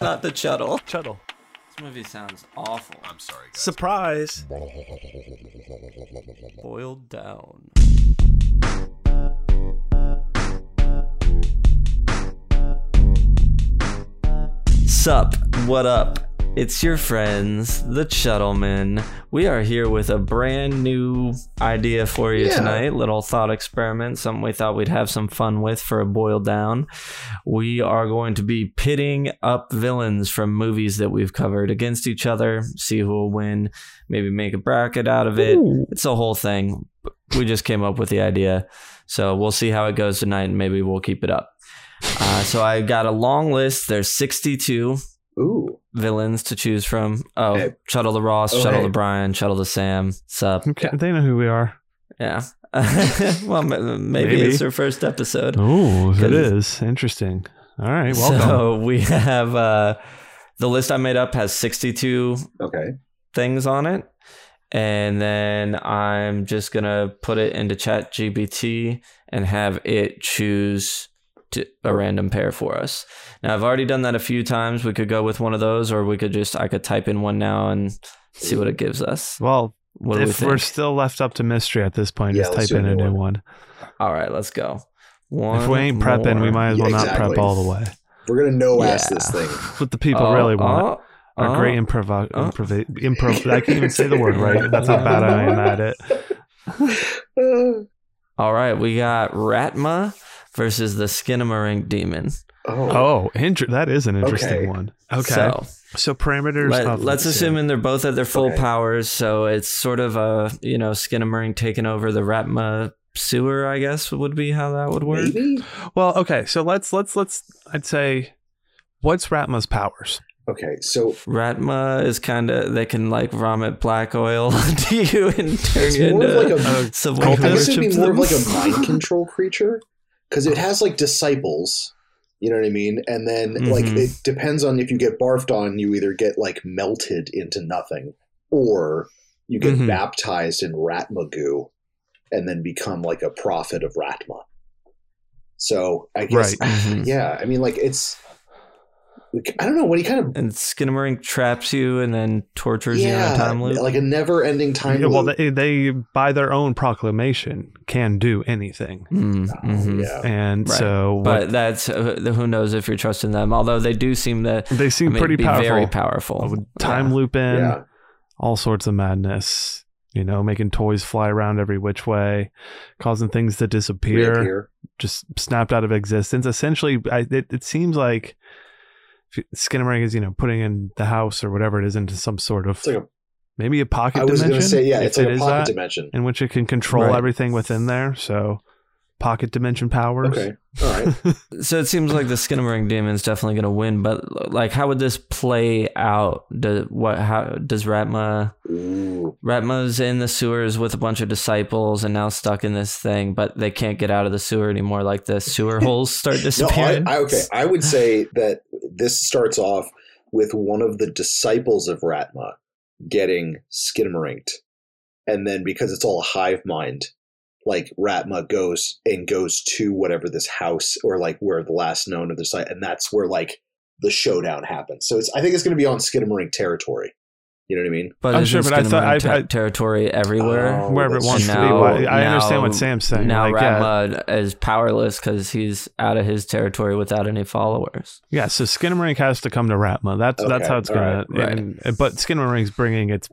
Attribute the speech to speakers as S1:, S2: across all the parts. S1: not the Chuddle.
S2: Chuddle.
S3: This movie sounds awful.
S4: I'm sorry, guys.
S2: Surprise.
S1: Boiled down. Sup, what up? It's your friends, the Chuttlemen. We are here with a brand new idea for you
S5: Yeah.
S1: tonight. Little thought experiment, something we thought we'd have some fun with for a boil down. We are going to be pitting up villains from movies that we've covered against each other, see who will win, maybe make a bracket out of it.
S5: Ooh.
S1: It's a whole thing. We just came up with the idea. So we'll see how it goes tonight and maybe we'll keep it up. Uh, so I got a long list. There's 62
S5: Ooh.
S1: villains to choose from. Oh,
S5: Hey.
S1: Shuttle the Ross,
S5: Oh,
S1: Shuttle
S5: hey.
S1: the Brian, Shuttle the Sam. Sup?
S2: Okay, they know who we are.
S1: Yeah. well, m- maybe,
S2: Maybe.
S1: it's their first episode.
S2: Oh,
S1: Good.
S2: it is. Interesting. All right, welcome.
S1: So we have uh, the list I made up has 62
S5: Okay.
S1: things on it. And then I'm just going to put it into Chat GBT and have it choose to, a random pair for us. Now, I've already done that a few times. We could go with one of those, or we could just, I could type in one now and see what it gives us.
S2: well,
S1: What do we
S2: if we
S1: think?
S2: are still left up to mystery at this point,
S5: Yeah,
S2: just
S5: let's
S2: type in
S5: do
S2: a
S5: a new
S2: new one.
S5: one.
S1: All right, let's go. One
S2: if we ain't prepping, we
S1: more.
S2: might as well
S5: Yeah,
S2: not prep
S5: exactly.
S2: all the way.
S5: We're gonna no ass
S1: Yeah.
S5: this thing.
S2: What the people
S1: Oh,
S2: really want
S1: oh,
S2: are great
S1: oh.
S2: improv.
S1: oh.
S2: improv, improv I can't even say the word right. That's how bad I am at it.
S5: oh,
S1: All right, we got Ratma versus the Skinamarink demon.
S2: Oh, inter- that is an interesting
S5: Okay.
S2: one. Okay. So,
S1: So
S2: parameters. of
S1: let, us
S2: this
S1: assume
S2: game.
S1: in they're both at their full
S5: Okay.
S1: powers, so it's sort of a you know Skinamarink taking over the Ratma sewer, I guess would be how that would work.
S5: maybe.
S2: Well, okay. So let's let's let's. I'd say, what's Ratma's powers?
S5: Okay, so
S1: Ratma is kind of they can like vomit black oil onto you and turn
S5: It's
S1: you
S5: more of
S1: into
S5: like a-
S1: a some
S2: I'm
S5: I'm
S1: worship
S5: assuming more of like a
S1: them.
S5: mind control creature because it has like disciples. You know what I mean? And then like
S1: Mhm.
S5: it depends on if you get barfed on, you either get like melted into nothing, or you get
S1: Mhm.
S5: baptized in Ratma goo, and then become like a prophet of Ratma. So I guess
S2: Right.
S1: Mhm.
S5: yeah, I mean like it's like, I don't know what he kind of
S1: and Skinamarink traps you and then tortures you in
S5: yeah
S1: a time loop.
S5: like a never ending time
S2: Yeah,
S5: loop.
S2: well, they, they by their own proclamation can do anything,
S1: Mm,
S5: Oh,
S2: Mm-hmm.
S1: mhm.
S5: yeah.
S2: and
S1: Right.
S2: so
S1: But
S2: what,
S1: that's uh, who knows if you're trusting them. Although they do seem to
S2: they
S1: I
S2: seem
S1: mean,
S2: pretty
S1: be
S2: powerful.
S1: very powerful.
S2: Time looping,
S5: yeah.
S2: all sorts of madness. You know, making toys fly around every which way, causing things to disappear.
S5: reappear.
S2: just snapped out of existence. Essentially, I, it, it seems like Skinnamarink is, you know, putting in the house or whatever it is into some sort of
S5: It's like a
S2: maybe a pocket
S5: I was
S2: dimension.
S5: going to say, yeah,
S2: if
S5: it's like
S2: it
S5: a
S2: is
S5: pocket
S2: that,
S5: dimension.
S2: in which it can control
S1: Right.
S2: everything within there. So, pocket dimension powers.
S5: Okay, all right.
S1: So it seems like the Skinamarink demon is definitely going to win. But like, how would this play out? Do, what? How does Ratma?
S5: Ooh,
S1: Ratma's in the sewers with a bunch of disciples and now stuck in this thing, but they can't get out of the sewer anymore. Like the sewer holes start
S5: no, I,
S1: disappearing.
S5: I, okay. I would say that this starts off with one of the disciples of Ratma getting skidmarinked, and then because it's all a hive mind, like Ratma goes and goes to whatever this house or like where the last known of the site, and that's where like the showdown happens. So it's I think it's going to be on skidmarink territory. You know what I mean?
S1: but
S2: I'm
S1: is
S2: sure,
S1: sure,
S2: but I thought- I- I-
S1: territory everywhere.
S5: Oh,
S2: Wherever it
S5: that's
S2: wants
S5: true.
S2: to be.
S1: Now-
S2: Why- I understand
S1: now-
S2: what Sam's saying.
S1: now
S2: like, yeah,
S1: Ratma is powerless because he's out of his territory without any followers.
S2: yeah, so Skinnamarink has to come to Ratma. That's that's
S5: Okay,
S2: how it's
S5: all
S2: gonna.
S1: right,
S2: and- But Skinamarink's bringing its.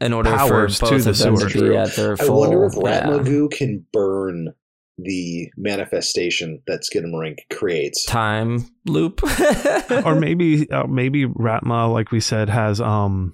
S1: In order
S2: Powers
S1: for
S2: to
S1: both
S2: the
S1: of them
S5: sewer.
S1: to be at their
S5: I
S1: full,
S5: wonder if Ratma
S1: yeah.
S5: goo can burn the manifestation that Skidmarink creates.
S1: time loop.
S2: or maybe uh, maybe Ratma, like we said, has um,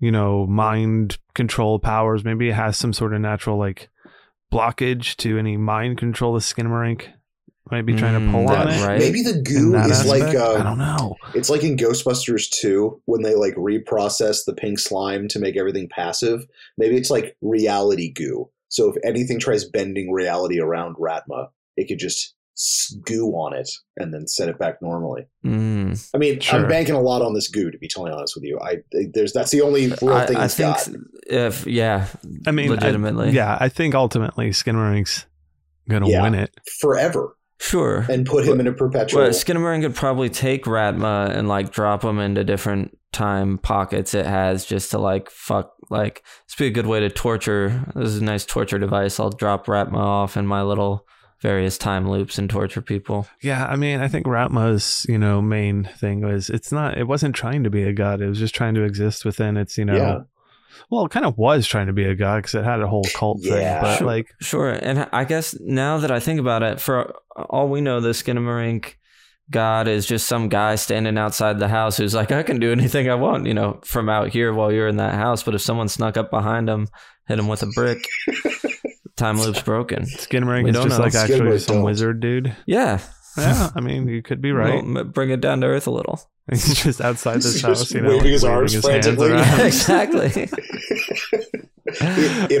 S2: you know, mind control powers. Maybe it has some sort of natural like blockage to any mind control the Skinamarink might be trying
S1: Mm,
S2: to pull
S1: that
S2: on it.
S1: right.
S5: Maybe the
S2: in
S5: goo
S2: that
S5: is like
S2: aspect. I
S5: uh,
S2: don't know.
S5: it's like in Ghostbusters 2 when they like reprocess the pink slime to make everything passive. Maybe it's like reality goo. So if anything tries bending reality around Ratma, it could just s- goo on it and then set it back normally.
S1: Mm.
S5: I mean,
S2: Sure.
S5: I'm banking a lot on this goo to be totally honest with you. I there's that's the only real
S1: I,
S5: thing
S1: I
S5: it's
S1: think
S5: got.
S1: if yeah,
S2: I mean, I-
S1: legitimately,
S2: yeah, I think ultimately Skinamarink's gonna
S5: Yeah.
S2: win it.
S5: forever.
S1: Sure.
S5: and put him in a perpetual.
S1: Well, Skinnamarink could probably take Ratma and like drop him into different time pockets it has just to like fuck like this would be a good way to torture. This is a nice torture device. I'll drop Ratma off in my little various time loops and torture people.
S2: Yeah, I mean, I think Ratma's, you know, main thing was it's not it wasn't trying to be a god. It was just trying to exist within its, you know.
S5: Yeah.
S2: Well, it kind of was trying to be a god because it had a whole cult
S5: Yeah.
S2: thing, but
S1: Sure.
S2: like,
S1: Sure. And I guess now that I think about it, for all we know, the Skinnamarink god is just some guy standing outside the house who's like, I can do anything I want, you know, from out here while you're in that house. But if someone snuck up behind him, hit him with a brick, time loop's broken.
S2: Skinnamarink
S1: We
S2: is
S1: don't
S2: just
S1: know.
S2: like actually
S5: Skinnamarink
S2: just some
S5: don't.
S2: wizard dude.
S1: Yeah.
S2: Yeah, I mean, you could be right.
S1: Well, m- bring it down to earth a little.
S2: He's just outside this
S5: He's
S2: house,
S5: just
S2: you know,
S5: waving
S2: like,
S5: his arms
S2: hands
S5: frantically.
S2: around.
S1: exactly.
S5: it it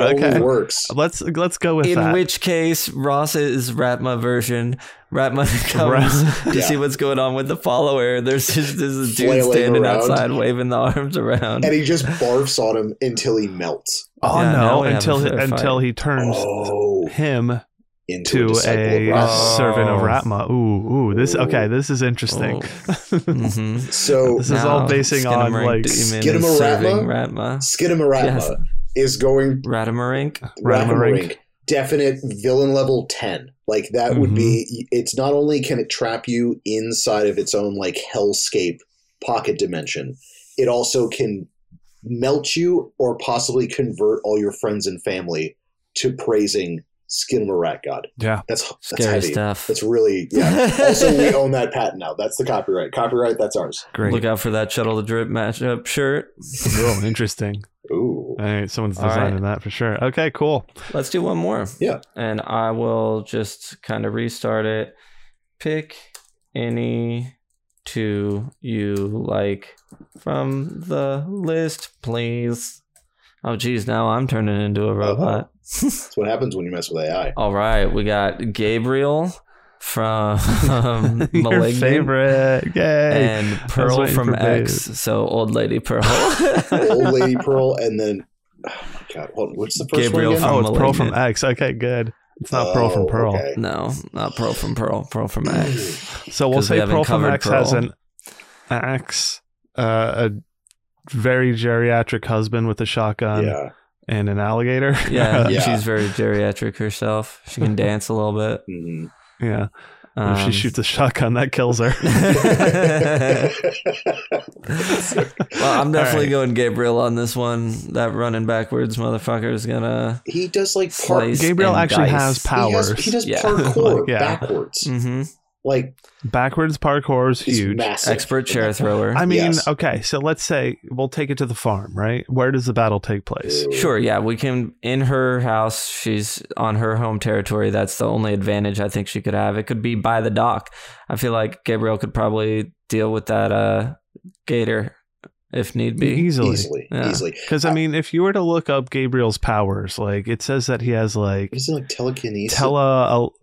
S2: Okay.
S5: only works.
S2: Let's let's go with
S1: In
S2: that.
S1: which case, Ross is Ratma version. Ratma comes
S2: Ra-
S1: to
S5: Yeah.
S1: see what's going on with the follower. There's just this is a dude
S5: Flailing
S1: standing
S5: around.
S1: outside waving the arms around.
S5: And he just barfs on him until he melts.
S2: oh
S1: Yeah, now
S2: no!
S1: we have a
S2: Until
S1: fair fight.
S2: until he turns
S5: Oh,
S2: him
S5: into
S2: to
S5: a, disciple of
S2: a
S5: Rama.
S1: Ra-
S2: servant of
S1: Oh.
S2: Ratma. Ooh, ooh, this
S5: Ooh.
S2: okay. This is interesting.
S1: hmm
S5: So
S2: This is all basing on, like-
S5: Skinamarink?
S1: serving Ratma.
S5: Skidamarama
S1: Yes.
S5: is going
S1: Ratamarink.
S2: Ratamarink.
S5: Ratamarink. Definite villain level ten. Like that would
S1: Mm-hmm.
S5: be. It's not only can it trap you inside of its own like hellscape pocket dimension, it also can melt you or possibly convert all your friends and family to praising Skidamarat God.
S2: Yeah.
S5: That's that's
S1: Scary
S5: heavy.
S1: stuff.
S5: That's really yeah. also, we own that patent now. That's the copyright. Copyright. That's ours.
S2: Great.
S1: Look out for that shuttle to drip matchup shirt.
S2: Oh, interesting.
S5: Oooo.
S2: All right, someone's
S1: All right.
S2: designing that for sure. Okay, cool.
S1: Let's do one more.
S5: Yeah.
S1: And I will just kind of restart it. Pick any two you like from the list, please. Oh, geez, now I'm turning into a
S5: Uh-huh.
S1: robot.
S5: That's what happens when you mess with AI.
S1: All right, we got Gabriel from Malignant.
S2: Your favorite. Yay.
S1: And
S2: I was
S1: Pearl
S2: waiting
S1: from
S2: for Babe.
S1: X, so old lady Pearl.
S5: Old Lady Pearl, and then oh my God, hold on, what's the first
S1: Gabriel
S5: one again?
S2: oh, it's Pearl from
S1: Malignant.
S2: X. Okay, good. It's not Pearl from
S5: Oh,
S2: Pearl.
S5: okay.
S1: no, not Pearl from Pearl, Pearl from X.
S2: So we'll
S1: 'Cause we
S2: say
S1: haven't
S2: Pearl from
S1: covered
S2: X has
S1: Pearl.
S2: an axe, uh, a very geriatric husband with a shotgun
S5: yeah,
S2: and an alligator.
S1: Yeah,
S5: Yeah.
S1: she's very geriatric herself. She can dance a little bit.
S5: mhm.
S2: yeah.
S1: Um,
S2: if she shoots a shotgun, that kills her.
S1: well,
S5: mm-hmm.
S1: I'm definitely
S2: All right.
S1: going Gabriel on this one. That running backwards motherfucker is gonna.
S5: he does like par-
S1: Slice.
S2: Gabriel
S1: and
S2: actually
S1: dice.
S2: has
S1: He
S5: He
S2: powers.
S5: has, he does
S1: Yeah.
S5: parkour
S2: Like, yeah.
S5: backwards,
S1: hmm
S5: like
S2: Backwards parkour is
S5: he's
S2: huge.
S5: massive.
S1: Expert chair thrower.
S2: I mean,
S5: Yes.
S2: okay, so let's say we'll take it to the farm, right? Where does the battle take place?
S5: Ooh.
S1: Sure, yeah, we can in her house. She's on her home territory. That's the only advantage I think she could have. It could be by the dock. I feel like Gabriel could probably deal with that uh, gator if need be.
S2: Easily.
S5: Easily, Uh,
S1: Yeah.
S5: easily.
S2: Because, I mean, if you were to look up Gabriel's powers, like it says that he has like
S5: Is it like telekinesis?
S2: tele. el-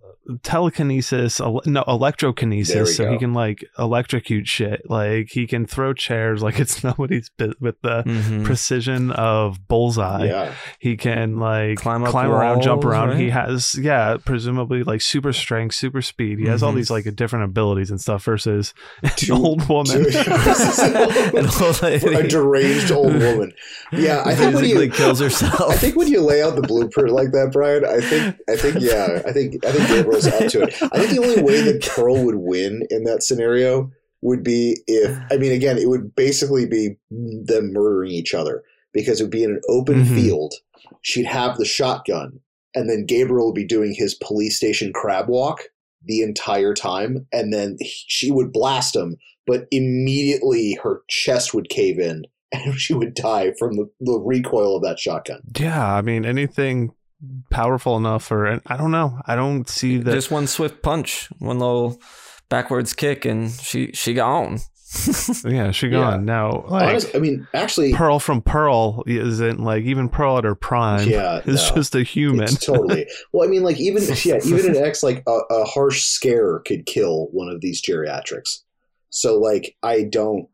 S2: telekinesis el- no
S5: There we
S2: electrokinesis so he
S5: go.
S2: can like electrocute shit like he can throw chairs like it's nobody's bit with the
S5: Mm.
S1: Mhm.
S2: precision of bullseye
S5: yeah,
S2: he can like
S1: Climb
S2: climb,
S1: up
S2: around jump
S1: walls,
S2: around he
S1: right?
S2: has yeah presumably like super strength super speed he has all
S1: Mhm.
S2: these like different abilities and stuff versus an
S5: Two-
S2: old woman
S1: An old lady.
S5: a deranged old woman. Yeah, I think when
S1: physically
S5: you
S1: kills herself.
S5: I think when you lay out the blueprint like that, Brian, I think I think yeah, I think I think Gabriel's up to it. I think the only way that Pearl would win in that scenario would be if I mean again, it would basically be them murdering each other because it would be in an open
S2: Mhm.
S5: field. She'd have the shotgun, and then Gabriel would be doing his police station crab walk the entire time, and then he- she would blast him, but immediately her chest would cave in. And she would die from the, the recoil of that shotgun.
S2: yeah i mean anything powerful enough or and i don't know i don't see that
S1: Just one swift punch, one little backwards kick, and she she gone.
S2: yeah she
S5: Yeah.
S2: gone now like
S5: Honest, I mean, actually,
S2: pearl from pearl isn't like even pearl at her prime
S5: yeah,
S2: is
S5: no,
S2: just a human
S5: it's totally. Well, I mean, like even yeah, even an ex like a, a harsh scare could kill one of these geriatrics. So like, I don't.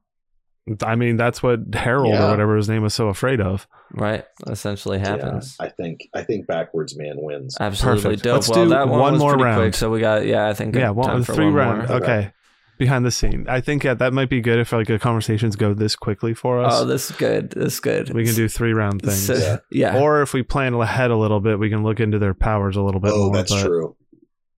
S2: I mean, that's what Harold
S5: Yeah.
S2: or whatever his name was so afraid of.
S1: right? Essentially happens.
S5: Yeah, I think I think backwards man wins.
S1: Absolutely
S2: Perfect.
S1: dope.
S2: Let's
S1: well,
S2: do
S1: that one,
S2: one
S1: was
S2: more
S1: pretty
S2: round.
S1: quick, so we got yeah, I think
S2: yeah,
S1: time
S2: one,
S1: for
S2: three
S1: one more.
S2: round.
S5: Okay.
S2: Okay. Behind the scene. I think yeah, that might be good if like the conversations go this quickly for us.
S1: Oh, this is good. This is good.
S2: we can do three round things.
S1: So-
S5: Yeah.
S1: yeah.
S2: Or if we plan ahead a little bit, we can look into their powers a little bit
S5: oh,
S2: more.
S5: that's
S2: but
S5: true.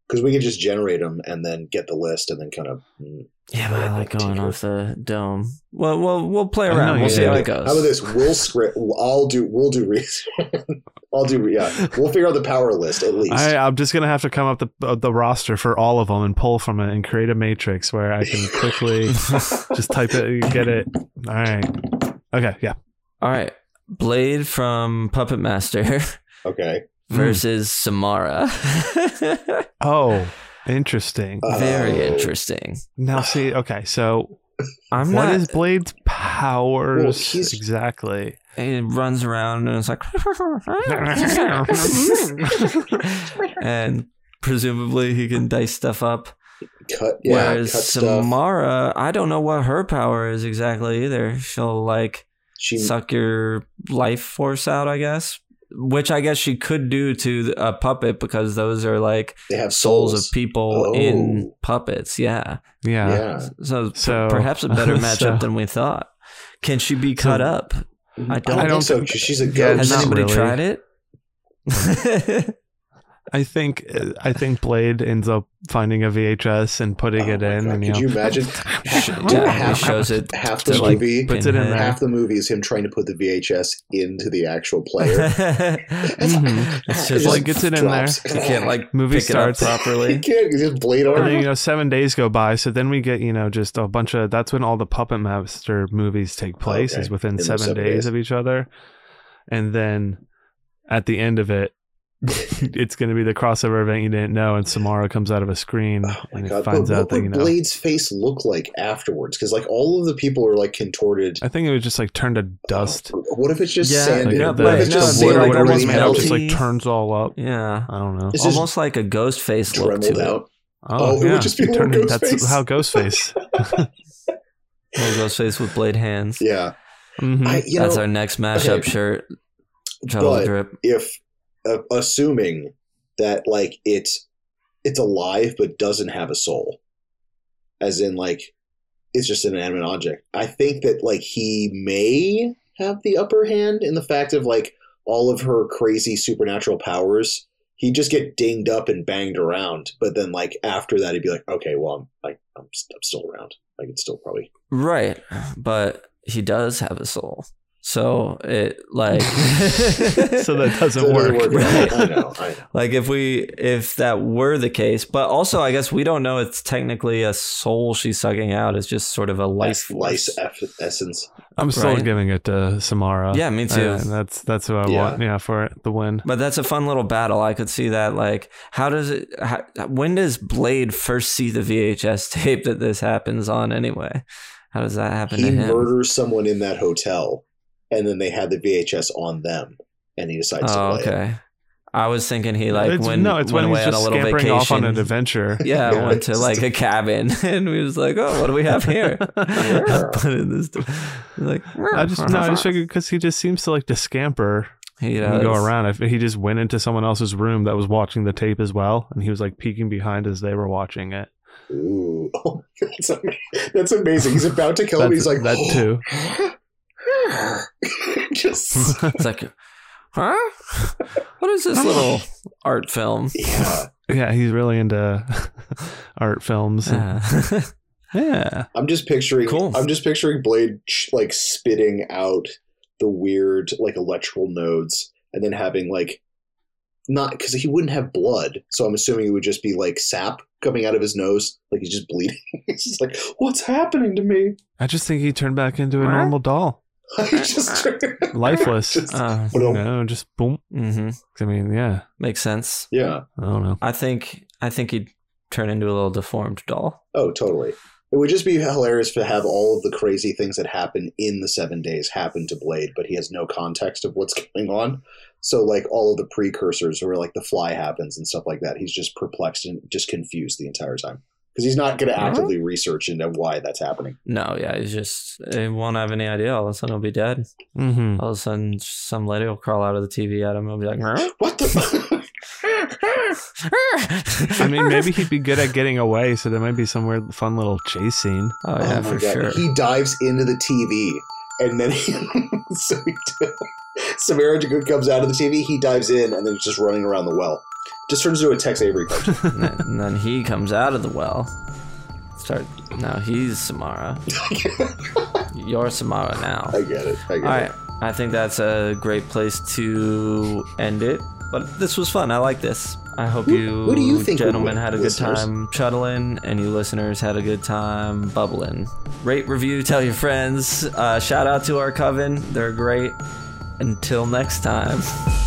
S5: Because we can just generate them and then get the list and then kind of. mm.
S1: Yeah, but I like going
S5: Tinker.
S1: off the dome. Well, well, we'll play
S2: I know,
S1: around. we'll
S2: Oh, yeah.
S1: see how it
S5: How
S1: goes.
S5: about this? We'll script. I'll do. We'll do. Re- I'll do. Yeah, we'll figure out the power list at least.
S2: I, I'm just gonna have to come up the uh, the roster for all of them and pull from it and create a matrix where I can quickly just type it, and get it. All right. Okay. Yeah.
S1: All right, Blade from Puppet Master
S5: okay.
S1: versus Samara.
S2: Oh, interesting.
S5: Uh,
S1: Very
S5: Oh.
S1: interesting.
S2: Now see. Okay. So
S1: I'm
S2: what
S1: not.
S2: is Blade's powers
S5: Well, he's-
S2: exactly?
S1: It runs around and it's like, and presumably he can dice stuff up.
S5: Cut. Yeah.
S1: Whereas
S5: cut stuff.
S1: Samara, I don't know what her power is exactly either. She'll like
S5: She.
S1: suck your life force out, I guess. Which I guess she could do to a puppet because those are like
S5: They have
S1: souls
S5: souls.
S1: of people in
S5: Oh.
S1: puppets. Yeah.
S2: Yeah.
S5: Yeah.
S1: So,
S2: So-
S1: perhaps a better matchup
S2: so-
S1: than we thought. Can she be cut
S2: So-
S1: up? I don't-
S5: I
S2: I
S5: don't
S2: don't
S5: think so.
S2: think-
S5: 'cause she's a
S2: Yeah,
S1: Has
S5: ghost.
S2: not
S1: anybody
S2: really.
S1: tried it?
S2: I think I think Blade ends up finding a VHS and putting
S5: Oh
S2: it
S5: my
S2: in.
S5: God,
S2: and, you
S5: Could
S2: know,
S5: you imagine?
S1: yeah, he shows it.
S5: half
S1: to
S5: the
S1: like
S5: movie.
S2: puts it in
S1: Pinhead.
S2: there.
S5: half the movie is him trying to put the VHS into the actual player.
S2: Mhm.
S1: Mm-hmm. It's
S5: It
S1: just
S2: Blade
S1: like
S2: gets it in there.
S5: drops.
S1: you can't like
S2: Movie
S1: pick
S2: starts.
S1: it up
S5: He
S1: properly.
S5: can't. He's just blade
S2: And then you
S5: armor.
S2: know, seven days go by. So then we get you know just a bunch of. That's when all the Puppet Master movies take place
S5: Oh, okay.
S2: is within
S5: the
S2: seven,
S5: seven
S2: days,
S5: days.
S2: of each other, and then at the end of it, it's going to be the crossover event you didn't know, and Samara comes out of a screen
S5: Oh my
S2: and it
S5: god!
S2: finds
S5: but
S2: out
S5: what
S2: that
S5: would
S2: you know.
S5: Blade's face look like afterwards? Because like all of the people are like contorted.
S2: I think it was just like turned to dust.
S5: What if it's just
S1: Yeah,
S5: sand?
S1: like,
S2: Like,
S1: no,
S2: the,
S5: Oh, what if
S1: but
S5: it's
S1: no,
S5: just
S1: but
S5: sand
S1: like,
S5: like
S2: whatever
S1: everyone's
S2: was
S5: really
S2: made out
S5: melted,
S2: just like
S1: healthy.
S2: turns all up.
S1: Yeah,
S2: I don't know.
S5: It's just
S1: almost like a ghost face look to
S5: dremeled
S1: it.
S5: out? Oh, it would just be
S2: You
S5: little
S2: turn it- That's
S5: Ghostface.
S2: how Ghostface.
S1: Little ghost face with blade hands.
S5: Yeah,
S2: Mhm.
S5: I, you
S1: That's
S5: know,
S1: our next mashup
S5: okay.
S1: shirt. Trouble
S5: but
S1: drip.
S5: if uh, assuming that like it's it's alive but doesn't have a soul as in like it's just an inanimate object i think that like he may have the upper hand in the fact of like all of her crazy supernatural powers he'd just get dinged up and banged around but then like after that he'd be like okay well i'm like i'm, st- I'm still around i can still probably
S1: Right, but he does have a soul. So it like
S2: so that doesn't
S5: It
S2: work.
S5: doesn't work
S1: right?
S5: at all. i know i know
S1: Like if we if that were the case, but also I guess we don't know it's technically a soul she's sucking out. It's just sort of a life
S5: life life
S1: force.
S5: eff- essence
S2: I'm still
S1: Right?
S2: giving it to Samara.
S1: Yeah, me too.
S2: Uh, that's that's what I
S5: Yeah.
S2: want. Yeah, for it, the win.
S1: but that's a fun little battle. I could see that. Like, how does it? How, when does Blade first see the VHS tape that this happens on? Anyway, how does that happen
S5: he
S1: to him?
S5: murders someone in that hotel, and then they had the VHS on them, and he decides
S1: oh,
S5: to play it.
S1: okay. I was thinking he like
S2: It's-
S1: when
S2: no, it's
S1: went
S2: when
S1: away
S2: he's just
S1: on a little
S2: scampering
S1: vacation.
S2: off on an adventure.
S1: Yeah,
S5: Yeah,
S1: went to
S5: it's-
S1: like a cabin, and we was like, "Oh, what do we have here?" Put in this, like,
S2: I just no, I just figured because he just seems to like to scamper
S1: he does.
S2: and go around. I, he just went into someone else's room that was watching the tape as well, and he was like peeking behind as they were watching it.
S5: Ooh, oh, that's, ama- that's amazing. He's about to kill him.
S2: That's-
S5: Oh, He's like
S2: that too.
S5: too. Just
S1: It's like, huh? What is this little art film?
S5: yeah.
S2: Yeah, he's really into art films. and-
S1: Uh,
S2: yeah,
S5: I'm just picturing.
S1: Cool.
S5: I'm just picturing Blade sh- like spitting out the weird like electrical nodes, and then having like not because he wouldn't have blood, so I'm assuming it would just be like sap coming out of his nose, like he's just bleeding. it's just like what's happening to me?
S2: I just think he turned back into a normal doll,
S5: I just
S2: lifeless.
S5: Just-
S1: uh,
S2: you know, just boom.
S1: hmm
S2: I mean, yeah,
S1: Makes sense.
S5: yeah.
S2: I don't know.
S1: I think I think he'd turn into a little deformed doll.
S5: Oh, totally. It would just be hilarious to have all of the crazy things that happen in the seven days happen to Blade, but he has no context of what's going on. So, like all of the precursors, where like the fly happens and stuff like that, he's just perplexed and just confused the entire time. because he's not going to actively research into why that's happening.
S1: No, yeah, it's just it won't have any idea. All of a sudden, he'll be dead.
S2: Mm-hmm.
S1: All of a sudden, some lady will crawl out of the TV at him and be like, "Huh?"
S5: What the?
S2: I mean, maybe he'd be good at getting away, so there might be some weird, fun little chase scene.
S1: "Oh yeah,
S5: oh my
S1: for
S5: god!
S1: sure."
S5: He dives into the TV, and then he, so he Samara comes out of the TV. He dives in, and then he's just running around the well. Just turns into a Tex Avery cartoon.
S1: and, then, and then he comes out of the well. Start now. He's Samara. You're Samara now.
S5: I get it. I get
S1: All
S5: it.
S1: right. I think that's a great place to end it. But this was fun. I like this. I hope
S5: Who-
S1: you,
S5: who do you think would
S1: gentlemen
S5: win,
S1: had a
S5: listeners?
S1: good time chuddling and you listeners had a good time bubbling. Rate, review, tell your friends. Uh, shout out to our coven. They're great. Until next time.